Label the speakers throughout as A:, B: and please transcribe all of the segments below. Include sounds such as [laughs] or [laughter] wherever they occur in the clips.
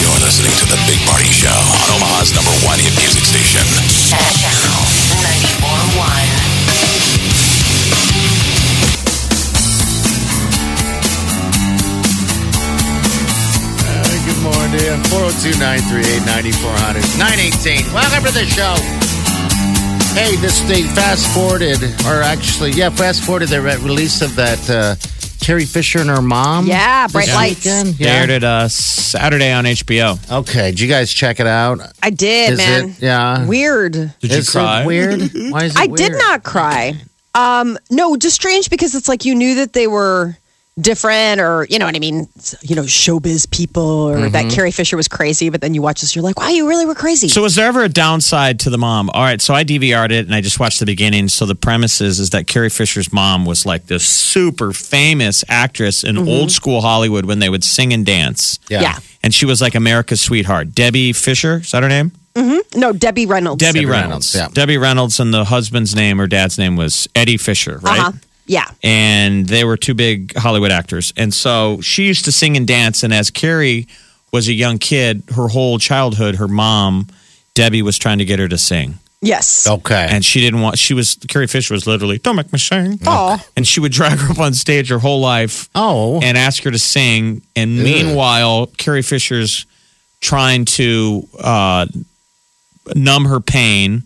A: You're listening to The Big Party Show on Omaha's number one hit music station.
B: Channel 941.
C: Uh, good morning. 402 938 918. Welcome to the show. Hey, this they fast forwarded, or actually, yeah, fast forwarded the re- release of that uh, Carrie Fisher and her
D: Mm-hmm.
C: mom.
E: Yeah,
C: this
E: Bright Lights.
C: weekend. Yeah.
D: aired it uh, Saturday on HBO.
C: Okay, did you guys check it out?
E: I did,
C: Is
E: man.
C: it? Yeah.
E: Weird.
D: Did you
C: Is
D: cry?
C: it
D: [laughs]
C: weird? Why is it
E: I
C: weird?
E: did not cry. Um, no, just strange because it's like you knew that they were different or you know what I mean, It's, you know, showbiz people or that Carrie Fisher was crazy, but then you watch this, you're like, Wow, you really were crazy.
D: Mm-hmm. So was there ever a downside to the mom? All right, so I DVR'd it and I just watched the beginning. So the premise is, is that Carrie Fisher's mom was like this super famous actress in old school Hollywood when they would sing and dance.
C: Yeah.
E: yeah.
D: And she was like America's sweetheart. Debbie Fisher, is that her name?
E: No, Debbie Reynolds.
D: Debbie,
C: Reynolds,
D: Reynolds.
C: yeah.
D: Debbie Reynolds and the husband's name or dad's name was Eddie Fisher, right?
E: Uh-huh. Yeah.
D: and they were two big Hollywood actors. And so she used to sing and dance. And as Carrie was a young kid, her whole childhood, her mom, Debbie, was trying to get her to sing.
E: Yes.
C: Okay.
D: And she didn't want, she was, Carrie Fisher was literally, don't make me sing.
E: Aw.
D: [laughs] And she would drag her up on stage her whole life
C: oh.
D: and ask her to sing. And meanwhile, Carrie Fisher's trying to uh, numb her pain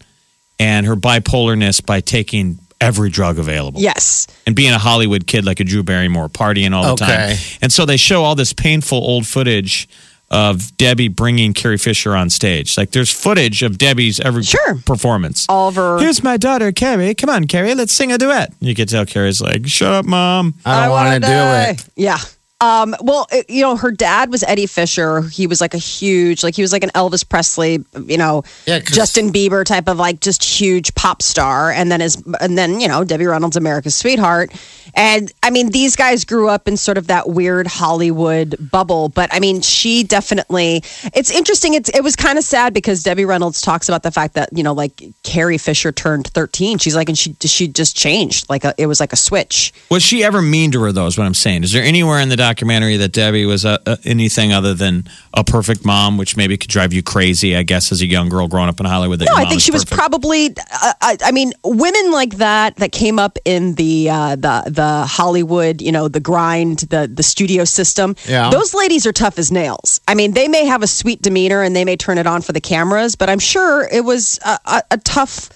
D: and her bipolarness by taking every drug available
E: Yes.
D: and being a Hollywood kid like a Drew Barrymore, partying all
C: Okay.
D: the time. And so they show all this painful old footage of Debbie bringing Carrie Fisher on stage. Like there's footage of Debbie's every
E: Sure.
D: performance.
E: All of her
D: Here's my daughter, Carrie. Come on, Carrie, let's sing a duet. You could tell Carrie's like, shut up, mom.
C: I don't want to do it.
E: Yeah. Um, well, it- you know, her dad was Eddie Fisher. He was like a huge, like he was like an Elvis Presley, you know,
C: Yeah, 'cause-
E: Justin Bieber type of like just huge pop star. And then his, and then you know, Debbie Reynolds, America's sweetheart. And I mean, these guys grew up in sort of that weird Hollywood bubble. But I mean, she definitely. It's interesting. It's it was kind of sad because Debbie Reynolds talks about the fact that you know, like Carrie Fisher turned thirteen. She's like, and she she just changed. Like a, it was like a switch.
D: Was she ever mean to her, though, is what I'm saying. Is there anywhere in the documentary that Debbie was uh uh anything other than a perfect mom, which maybe could drive you crazy, I guess, as a young girl growing up in Hollywood? That
E: No,
D: your
E: I
D: mom
E: think she was
D: perfect?
E: probably. I, I, I mean, women like that that came up in the uh, the the Hollywood, you know, the grind, the the studio system.
C: Yeah.
E: those ladies are tough as nails. I mean, they may have a sweet demeanor and they may turn it on for the cameras, but I'm sure it was a, a, a tough.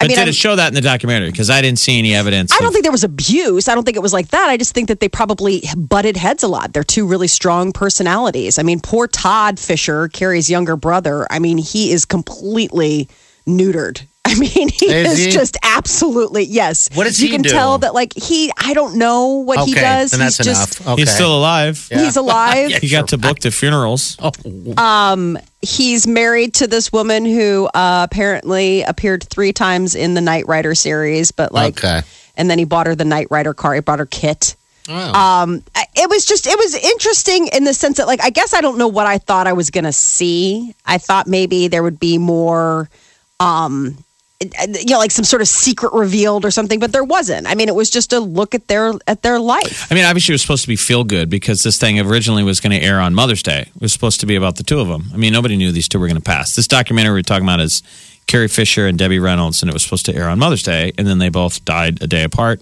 E: I
D: But
E: mean,
D: did
E: I'm-
D: it show that in the documentary? Because I didn't see any evidence.
E: I don't
D: of-
E: think there was abuse. I don't think it was like that. I just think that they probably butted heads a lot. They're two really strong personalities. I mean, poor Todd Fisher, Carrie's younger brother. I mean, he is completely neutered. [laughs] I mean, he
C: Is
E: is,
C: he?
E: just absolutely yes.
C: What does
E: you
C: he
E: can
C: do?
E: tell that like he? I don't know what he
C: okay,
E: does.
C: then that's
E: he's just
C: enough. Oh, Okay.
D: He's still alive.
C: [laughs]
E: he's alive.
D: [laughs] He got to book the funerals.
C: Oh.
E: he's married to this woman who uh, apparently appeared three times in the Knight Rider series, but like,
C: Okay.
E: and then he bought her the Knight Rider car. He bought her kit.
C: Oh.
E: Um, I- it was just, it was interesting in the sense that, like, I guess I don't know what I thought I was gonna see. I thought maybe there would be more, um, it- you know, like some sort of secret revealed or something, but there wasn't. I mean, it was just a look at their at their life.
D: I mean, obviously, it was supposed to be feel good because this thing originally was going to air on Mother's Day. It was supposed to be about the two of them. I mean, nobody knew these two were going to pass. This documentary we're talking about is Carrie Fisher and Debbie Reynolds, and it was supposed to air on Mother's Day, and then they both died a day apart,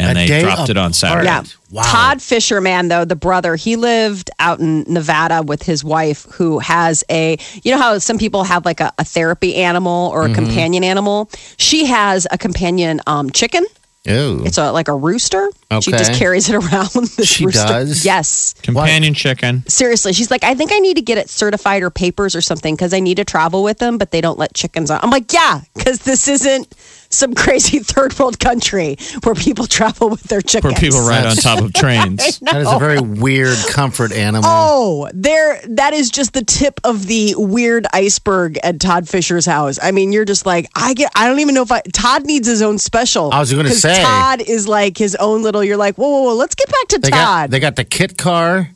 D: and
C: A
D: they
C: day
D: dropped it on
C: apart.
D: Saturday.
E: Yeah.
C: Wow.
E: Todd Fisher, man, though, the brother, he lived out in Nevada with his wife who has a, you know how some people have like a, a therapy animal or a companion animal? She has a companion um, chicken.
C: Ew.
E: It's a, like a rooster. She just
C: Okay.
E: carries it around. [laughs] This
C: She
E: rooster.
C: does?
E: Yes.
D: Companion chicken.
E: Seriously, she's like, I think I need to get it certified or papers or something because I need to travel with them, but they don't let chickens on. I'm like, yeah, because this isn't some [laughs] crazy third world country where people [laughs] travel with their
D: Where
E: chickens.
D: people ride on
C: [laughs]
D: top of trains.
C: That is a very weird
E: [laughs]
C: comfort animal.
E: Oh, there! That is just the tip of the weird iceberg at Todd Fisher's house. I mean, you're just like, I get. I don't even know if I. Todd needs his own special.
C: I was gonna
E: 'Cause
C: say.
E: Todd is like his own little. You're like, whoa, whoa, whoa! Let's get back to
C: they
E: Todd.
C: got they got the kit car.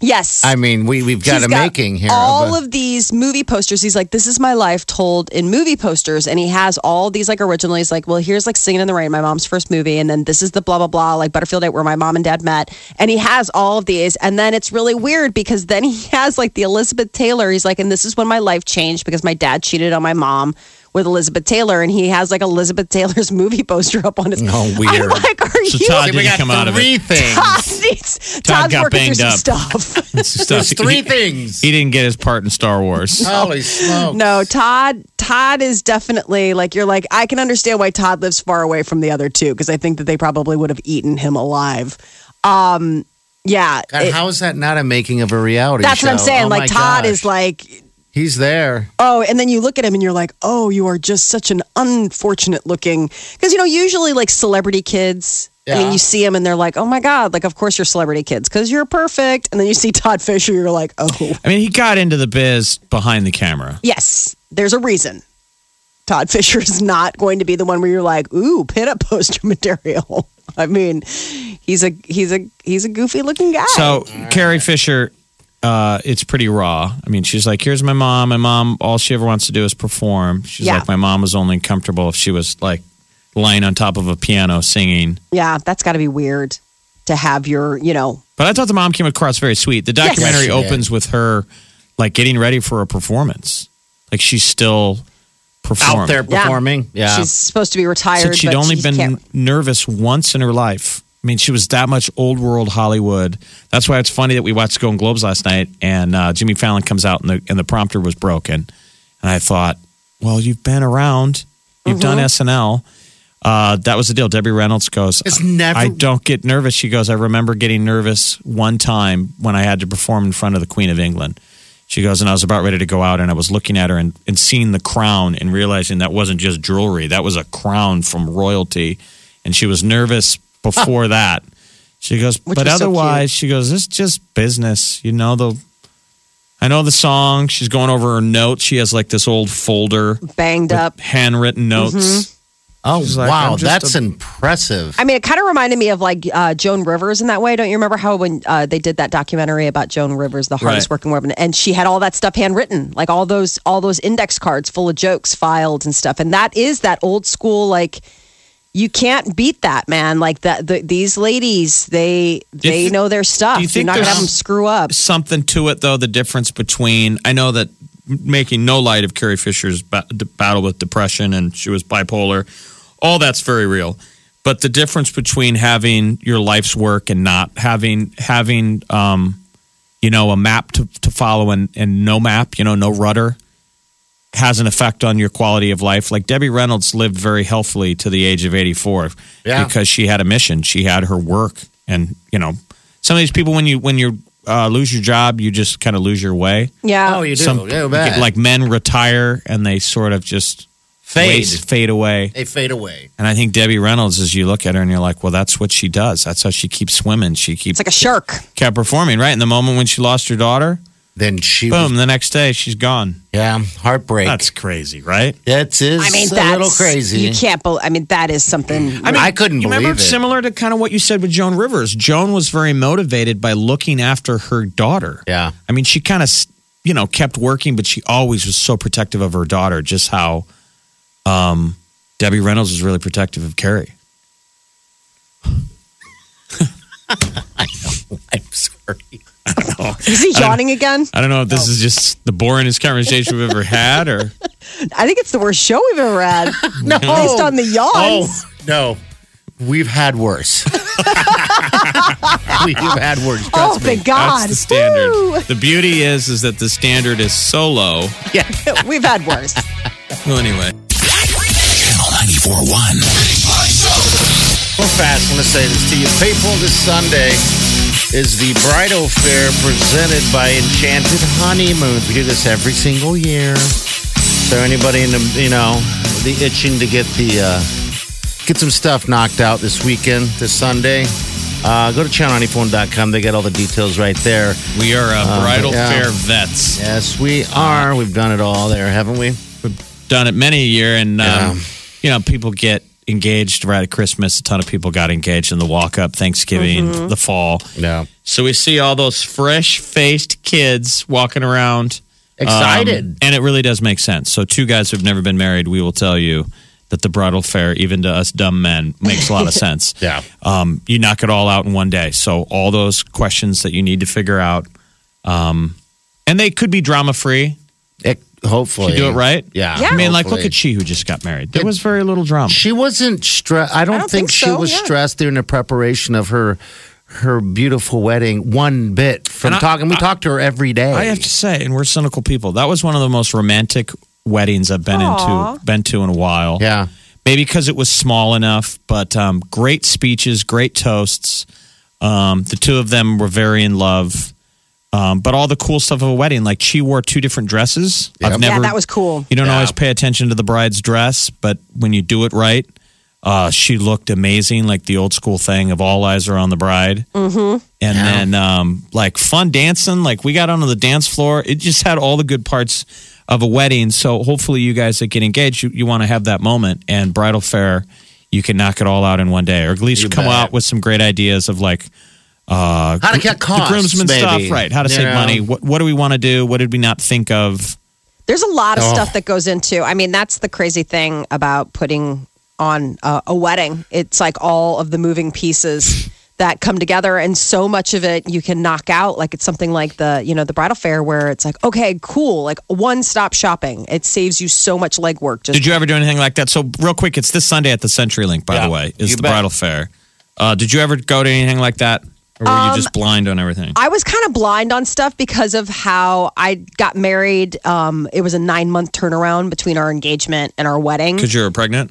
E: yes,
C: I mean, we we've got
E: He's
C: a making here.
E: All
C: a-
E: of these movie posters. He's like, this is my life told in movie posters, and he has all these like originally. He's like, well, here's like Singing in the Rain, my mom's first movie, and then this is the blah blah blah, like Butterfield Eight, where my mom and dad met, and he has all of these, and then it's really weird because then he has like the Elizabeth Taylor. He's like, and this is when my life changed because my dad cheated on my mom. With Elizabeth Taylor, and he has like Elizabeth Taylor's [laughs] movie poster up on his.
C: Oh,
E: I'm
C: weird.
E: like,
C: [laughs]
E: are
D: So
E: you?
D: Todd
C: we
D: didn't
C: got
D: come out of [laughs]
C: three
D: it.
C: things.
E: Todd needs- [laughs]
D: Todd
E: Todd's
D: got
E: working through
D: banged
E: some
D: up.
E: stuff. [laughs]
D: Stuff.
C: There's three
D: [laughs] He-
C: things. Oh.
D: He didn't get his part in Star Wars.
C: Holy smokes!
E: No, Todd. Todd is definitely like you're like I can understand why Todd lives far away from the other two because I think that they probably would have eaten him alive. Um, yeah,
C: God,
E: it-
C: how is that not a making of a reality
E: that's
C: show?
E: what I'm saying.
C: Oh my
E: like Todd
C: gosh.
E: is like
C: he's there.
E: Oh, and then you look at him and you're like, oh, you are just such an unfortunate looking. Because, you know, usually like celebrity kids, I mean,
C: Yeah.
E: you see them and they're like, oh my God, like, of course you're celebrity kids because you're perfect. And then you see Todd Fisher, you're like, oh,
D: I mean, he got into the biz behind the camera.
E: yes, there's a reason. Todd Fisher is not going to be the one where you're like, ooh, pinup poster [laughs] material. I mean, he's a he's a he's a goofy looking guy.
D: So Carrie Fisher, uh, it's pretty raw. I mean, she's like, "Here's my mom. My mom, all she ever wants to do is perform." She's
E: Yeah.
D: like, "My mom was only comfortable if she was like lying on top of a piano singing."
E: yeah, that's got to be weird to have your, you know,
D: But I thought the mom came across very sweet. The
C: Yes,
D: documentary
C: she did.
D: opens with her like getting ready for a performance, like she's still performing.
C: Out there
E: Yeah.
C: performing. Yeah.
E: she's supposed to be retired.
D: Said she'd
E: but
D: only
E: she
D: been
E: can't-
D: nervous once in her life. I mean, she was that much old world Hollywood. That's why it's funny that we watched Golden Globes last night, and uh, Jimmy Fallon comes out, and the and the prompter was broken, and I thought, well, you've been around, you've done SNL. Uh, that was the deal. Debbie Reynolds goes,
C: It's never-
D: I don't get nervous. She goes, I remember getting nervous one time when I had to perform in front of the Queen of England. She goes, and I was about ready to go out, and I was looking at her and, and seeing the crown and realizing that wasn't just jewelry, that was a crown from royalty. And she was nervous before that. She goes,
E: Which
D: but
E: was so
D: otherwise, she goes, it's just business. You know, the. I know the song. She's going over her notes. She has like this old folder
E: banged up.
D: handwritten notes.
C: oh
D: like,
C: wow,
D: I'm just
C: that's
D: a-
C: impressive.
E: I mean, it kind of reminded me of like uh, Joan Rivers in that way. Don't you remember how when uh, they did that documentary about Joan Rivers, the hardest
D: Right.
E: working woman, and she had all that stuff handwritten, like all those all those index cards full of jokes filed and stuff. And that is that old school like you can't beat that man. Like that the, these ladies, they
D: you
E: they
D: thi-
E: know their stuff.
D: do you
E: You're
D: think
E: not gonna
D: there's-
E: have them screw up.
D: something to it, though. The difference between I know that making no light of Carrie Fisher's ba- d- battle with depression and she was bipolar, all that's very real. But the difference between having your life's work and not having having um, you know a map to, to follow and, and no map, you know, no rudder has an effect on your quality of life. Like Debbie Reynolds lived very healthily to the age of 84
C: Yeah.
D: because she had a mission. She had her work and, you know, some of these people when you when you uh, lose your job, you just kind of lose your way.
E: Yeah.
C: oh, you do.
D: Some
C: yeah, bad.
D: like men retire and they sort of just
C: fade.
D: waste- fade away.
C: They fade away.
D: And I think Debbie Reynolds as you look at her and you're like, "Well, that's what she does. That's how she keeps swimming. She keeps
E: It's like a shark.
D: kept performing, right? And the moment when she lost her daughter,
C: Then she.
D: boom,
C: Was,
D: the next day she's gone.
C: yeah, heartbreak.
D: That's crazy, right?
C: That's is
E: I mean,
C: a
E: that's
C: little crazy.
E: You can't. Be- I mean, that is something.
C: I, mean, I couldn't
D: you
C: believe
D: remember
C: it.
D: similar to kind of what you said with Joan Rivers. Joan was very motivated by looking after her daughter.
C: Yeah.
D: I mean, she kind of, you know, kept working, but she always was so protective of her daughter, just how um, Debbie Reynolds was really protective of Carrie.
C: I'm sorry.
E: Is he yawning again?
D: I don't know if this
C: Oh.
D: is just the boringest conversation we've ever had
C: [laughs]
D: or
E: I think it's the worst show we've ever had. no. Based on the
C: Oh
E: yawns.
C: no, we've had
E: [laughs]
C: worse. [laughs] we've had worse.
E: Oh,
C: Trust me.
E: thank God.
D: that's the standard.
E: Woo.
D: The beauty is is that the standard is so low.
E: [laughs] We've had
D: [laughs]
E: worse.
D: Well, anyway.
A: Channel 941.
C: fast, I'm going to say this to you. People, this Sunday is the bridal fair presented by Enchanted Honeymoons. We do this every single year. So anybody in the, you know, the itching to get the, uh, get some stuff knocked out this weekend, this Sunday, uh, go to channel94.com. They got all the details right there.
D: We are uh, bridal
C: yeah.
D: fair vets.
C: Yes, we are. We've done it all there, haven't we?
D: We've done it many a year, and um,
C: Yeah.
D: you know, people get engaged right at Christmas. A ton of people got engaged in the walk up, Thanksgiving,
C: Mm-hmm.
D: the fall.
C: Yeah.
D: So we see all those fresh faced kids walking around. um,
C: Excited.
D: and it really does make sense. So, two guys who've never been married, we will tell you that the bridal fair, even to us dumb men, makes a
C: [laughs]
D: lot of sense.
C: Yeah.
D: Um, you knock it all out in one day. So, all those questions that you need to figure out, um, and they could be drama free.
C: It, hopefully.
D: You do it right.
C: Yeah.
D: I mean, like, look
C: hopefully.
D: at she who just got married. There was very little drama.
C: She wasn't stressed. I don't,
E: don't
C: think,
E: think
C: she
E: so,
C: was
E: yeah.
C: stressed during the preparation of her her beautiful wedding one bit. From
D: And I-
C: talking, we
D: I-
C: talked to her every day.
D: I have to say, and we're cynical people. That was one of the most romantic weddings I've been into, been to in a while.
C: yeah.
D: maybe because it was small enough, but um, great speeches, great toasts. Um, the two of them were very in love. Um, but all the cool stuff of a wedding, like she wore two different dresses.
C: Yep.
D: I've
E: Yeah,
D: never,
E: that was cool.
D: You don't
C: Yeah.
D: always pay attention to the bride's dress, but when you do it right, uh, she looked amazing, like the old school thing of all eyes are on the bride. Mm-hmm. And then, um, like fun dancing, like we got onto the dance floor. It just had all the good parts of a wedding. So hopefully, you guys that get engaged, you, you want to have that moment. And bridal fair, you can knock it all out in one day, or at least
C: You
D: come
C: bet.
D: out with some great ideas of like
C: How to cut costs.
D: the groomsmen
C: maybe.
D: stuff, right? How to
C: You
D: save
C: know?
D: money? What what do we want to do? What did we not think of?
E: There's a lot of
C: Oh.
E: stuff that goes into. I mean, that's the crazy thing about putting on a, a wedding. It's like all of the moving pieces that come together, and so much of it you can knock out. Like it's something like the you know the bridal fair where it's like okay, cool, like one stop shopping. It saves you so much legwork. Just
D: Did you ever do anything like that? So real quick, it's this Sunday at the CenturyLink. By
C: Yeah,
D: the way, is
C: you
D: the
C: bet.
D: bridal fair? Uh, did you ever go to anything like that, or were you just blind on everything?
E: Um, I was kind of blind on stuff because of how I got married. Um, it was a nine month turnaround between our engagement and our wedding.
D: Because you were pregnant.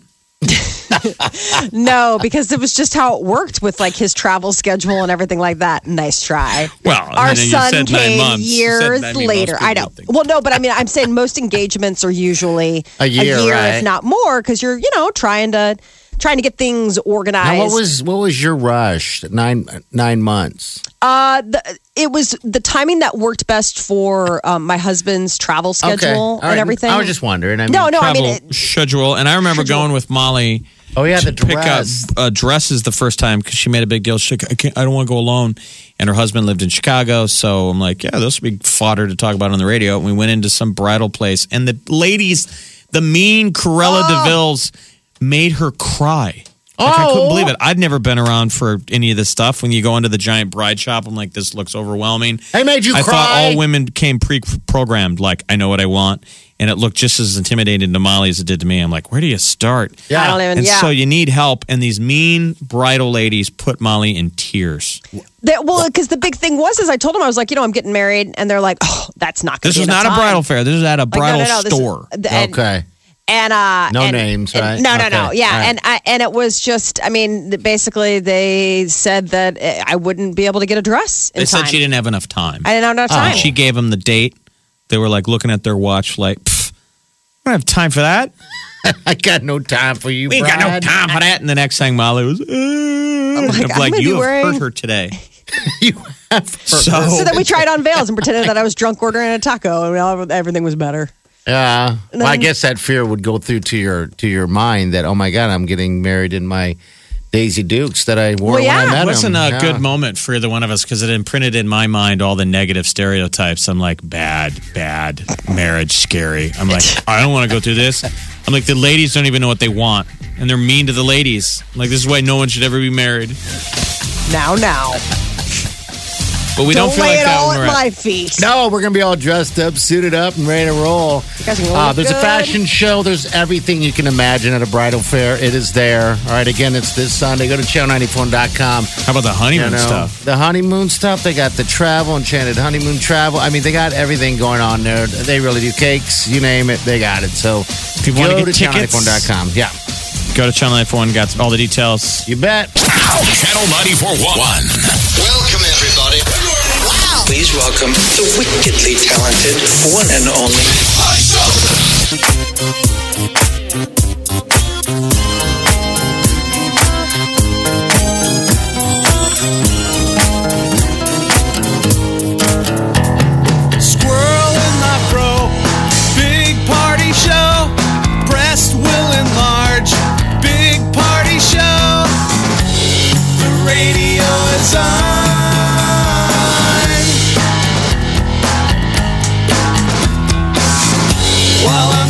E: No, because it was just how it worked with like his travel schedule and everything like that. Nice try.
D: Well, I
E: our
D: mean, you
E: son
D: said nine
E: came
D: months. You said
E: years
D: nine months
E: later.
D: would be
E: I
D: a
E: know.
D: good thing.
E: Well, no, but I mean, I'm saying most engagements are usually
C: A year, right?
E: if not more, because you're you know trying to trying to get things organized.
C: Now, what was what was your rush? Nine nine months.
E: Uh, the, it was the timing that worked best for um, my husband's travel schedule
C: okay. All right.
E: and everything.
C: I was just wondering. I mean,
E: no, no. I
D: Travel
E: mean, it,
D: schedule, and I remember going with Molly.
C: Oh yeah, the
D: to pick up
C: dress.
D: uh, dresses the first time because she made a big deal. She I, can't, I don't want to go alone, and her husband lived in Chicago, so I'm like, yeah, this would be fodder to talk about on the radio. And we went into some bridal place, and the ladies, the mean
C: Oh.
D: Corella Deville's, made her cry. Like, I couldn't believe it.
C: Oh.
D: I'd never been around for any of this stuff. When you go into the giant bride shop, I'm like, this looks overwhelming.
C: They made you
D: I thought
C: cry?
D: all women came pre-programmed, like I know what I want, and it looked just as intimidating to Molly as it did to me. I'm like, where do you start?
E: I don't even.
D: And
E: yeah.
D: so you need help, and these mean bridal ladies put Molly in tears.
E: That, well, because the big thing was, is I told them I was like, you know, I'm getting married, and they're like, oh, that's not. gonna
D: This
E: be
D: was
E: enough
D: not a
E: time.
D: bridal fair. This is at a
E: Like,
D: bridal
E: this is-
D: store.
E: th- and-
C: Okay. [laughs]
E: And uh,
C: No
E: and-
C: names,
E: and-
C: right?
E: No, no, no.
C: Okay.
E: Yeah,
C: All right.
E: and I, and it was just, I mean, th- basically they said that uh, I wouldn't be able to get a dress. In
D: They
E: time.
D: said she didn't have enough time.
E: I didn't have enough
C: Oh,
E: time.
D: And she gave them the date. They were like looking at their watch, like, "Pff, I don't have time for that.
C: I got no time for you.
D: We ain't got no
C: Brad.
D: time for that. And the next thing, Molly was, "Uh," I'm
E: like,
D: like,
E: I'm gonna be
D: you have
E: wearing-
D: hurt her today.
C: [laughs]
E: [laughs]
C: you have
D: So,
E: so
C: [laughs] Oh,
E: then we tried on veils and pretended that I was drunk ordering a taco, and all- everything was better.
C: Yeah. Well, I guess that fear would go through to your to your mind that oh my god, I'm getting married in my Daisy Dukes that I wore
E: Well, yeah.
C: when I met
D: It wasn't
C: him.
D: a
C: Yeah.
D: uh, good moment for either one of us because it imprinted in my mind all the negative stereotypes. I'm like, bad, bad, marriage, scary. I'm like, I don't want to go through this. I'm like, the ladies don't even know what they want, and they're mean to the ladies. I'm like, this is why no one should ever be married.
E: Now, now,
D: But we don't, feel
E: lay
D: like
E: it
D: that.
E: all
D: when
E: at
D: we're at-
E: my feet.
C: No, we're gonna be all dressed up, suited up, and ready to roll.
E: guys are gonna
C: Uh,
E: look
C: there's a
E: good.
C: fashion show. There's everything you can imagine at a bridal fair. It is there. All right, again, it's this Sunday. Go to channel94.com.
D: How about the
C: You
D: honeymoon
C: know,
D: stuff?
C: the honeymoon stuff. They got the travel, enchanted honeymoon travel. I mean, they got everything going on there. They really do cakes, you name it, they got it. So
D: If you wanna
C: go to
D: get tickets-
C: channel94.com. Yeah.
D: Go to Channel 941, got all the details.
C: You bet.
A: Channel 941.
F: Welcome, everybody. Wow. Please welcome the wickedly talented one and only.
G: Squirrel in my fro. Big party show. Breast will enlarge. Big party show. The radio is on. While I'm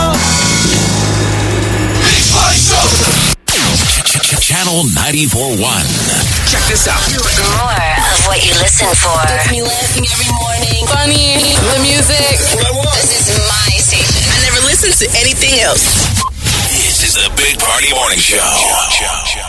A: Big Party Show. Channel 941.
F: Check this out.
B: More of what you listen for.
H: me laughing every morning. Funny. The music. This is my station. I never listen to anything else.
A: This is the Big Party Morning Show.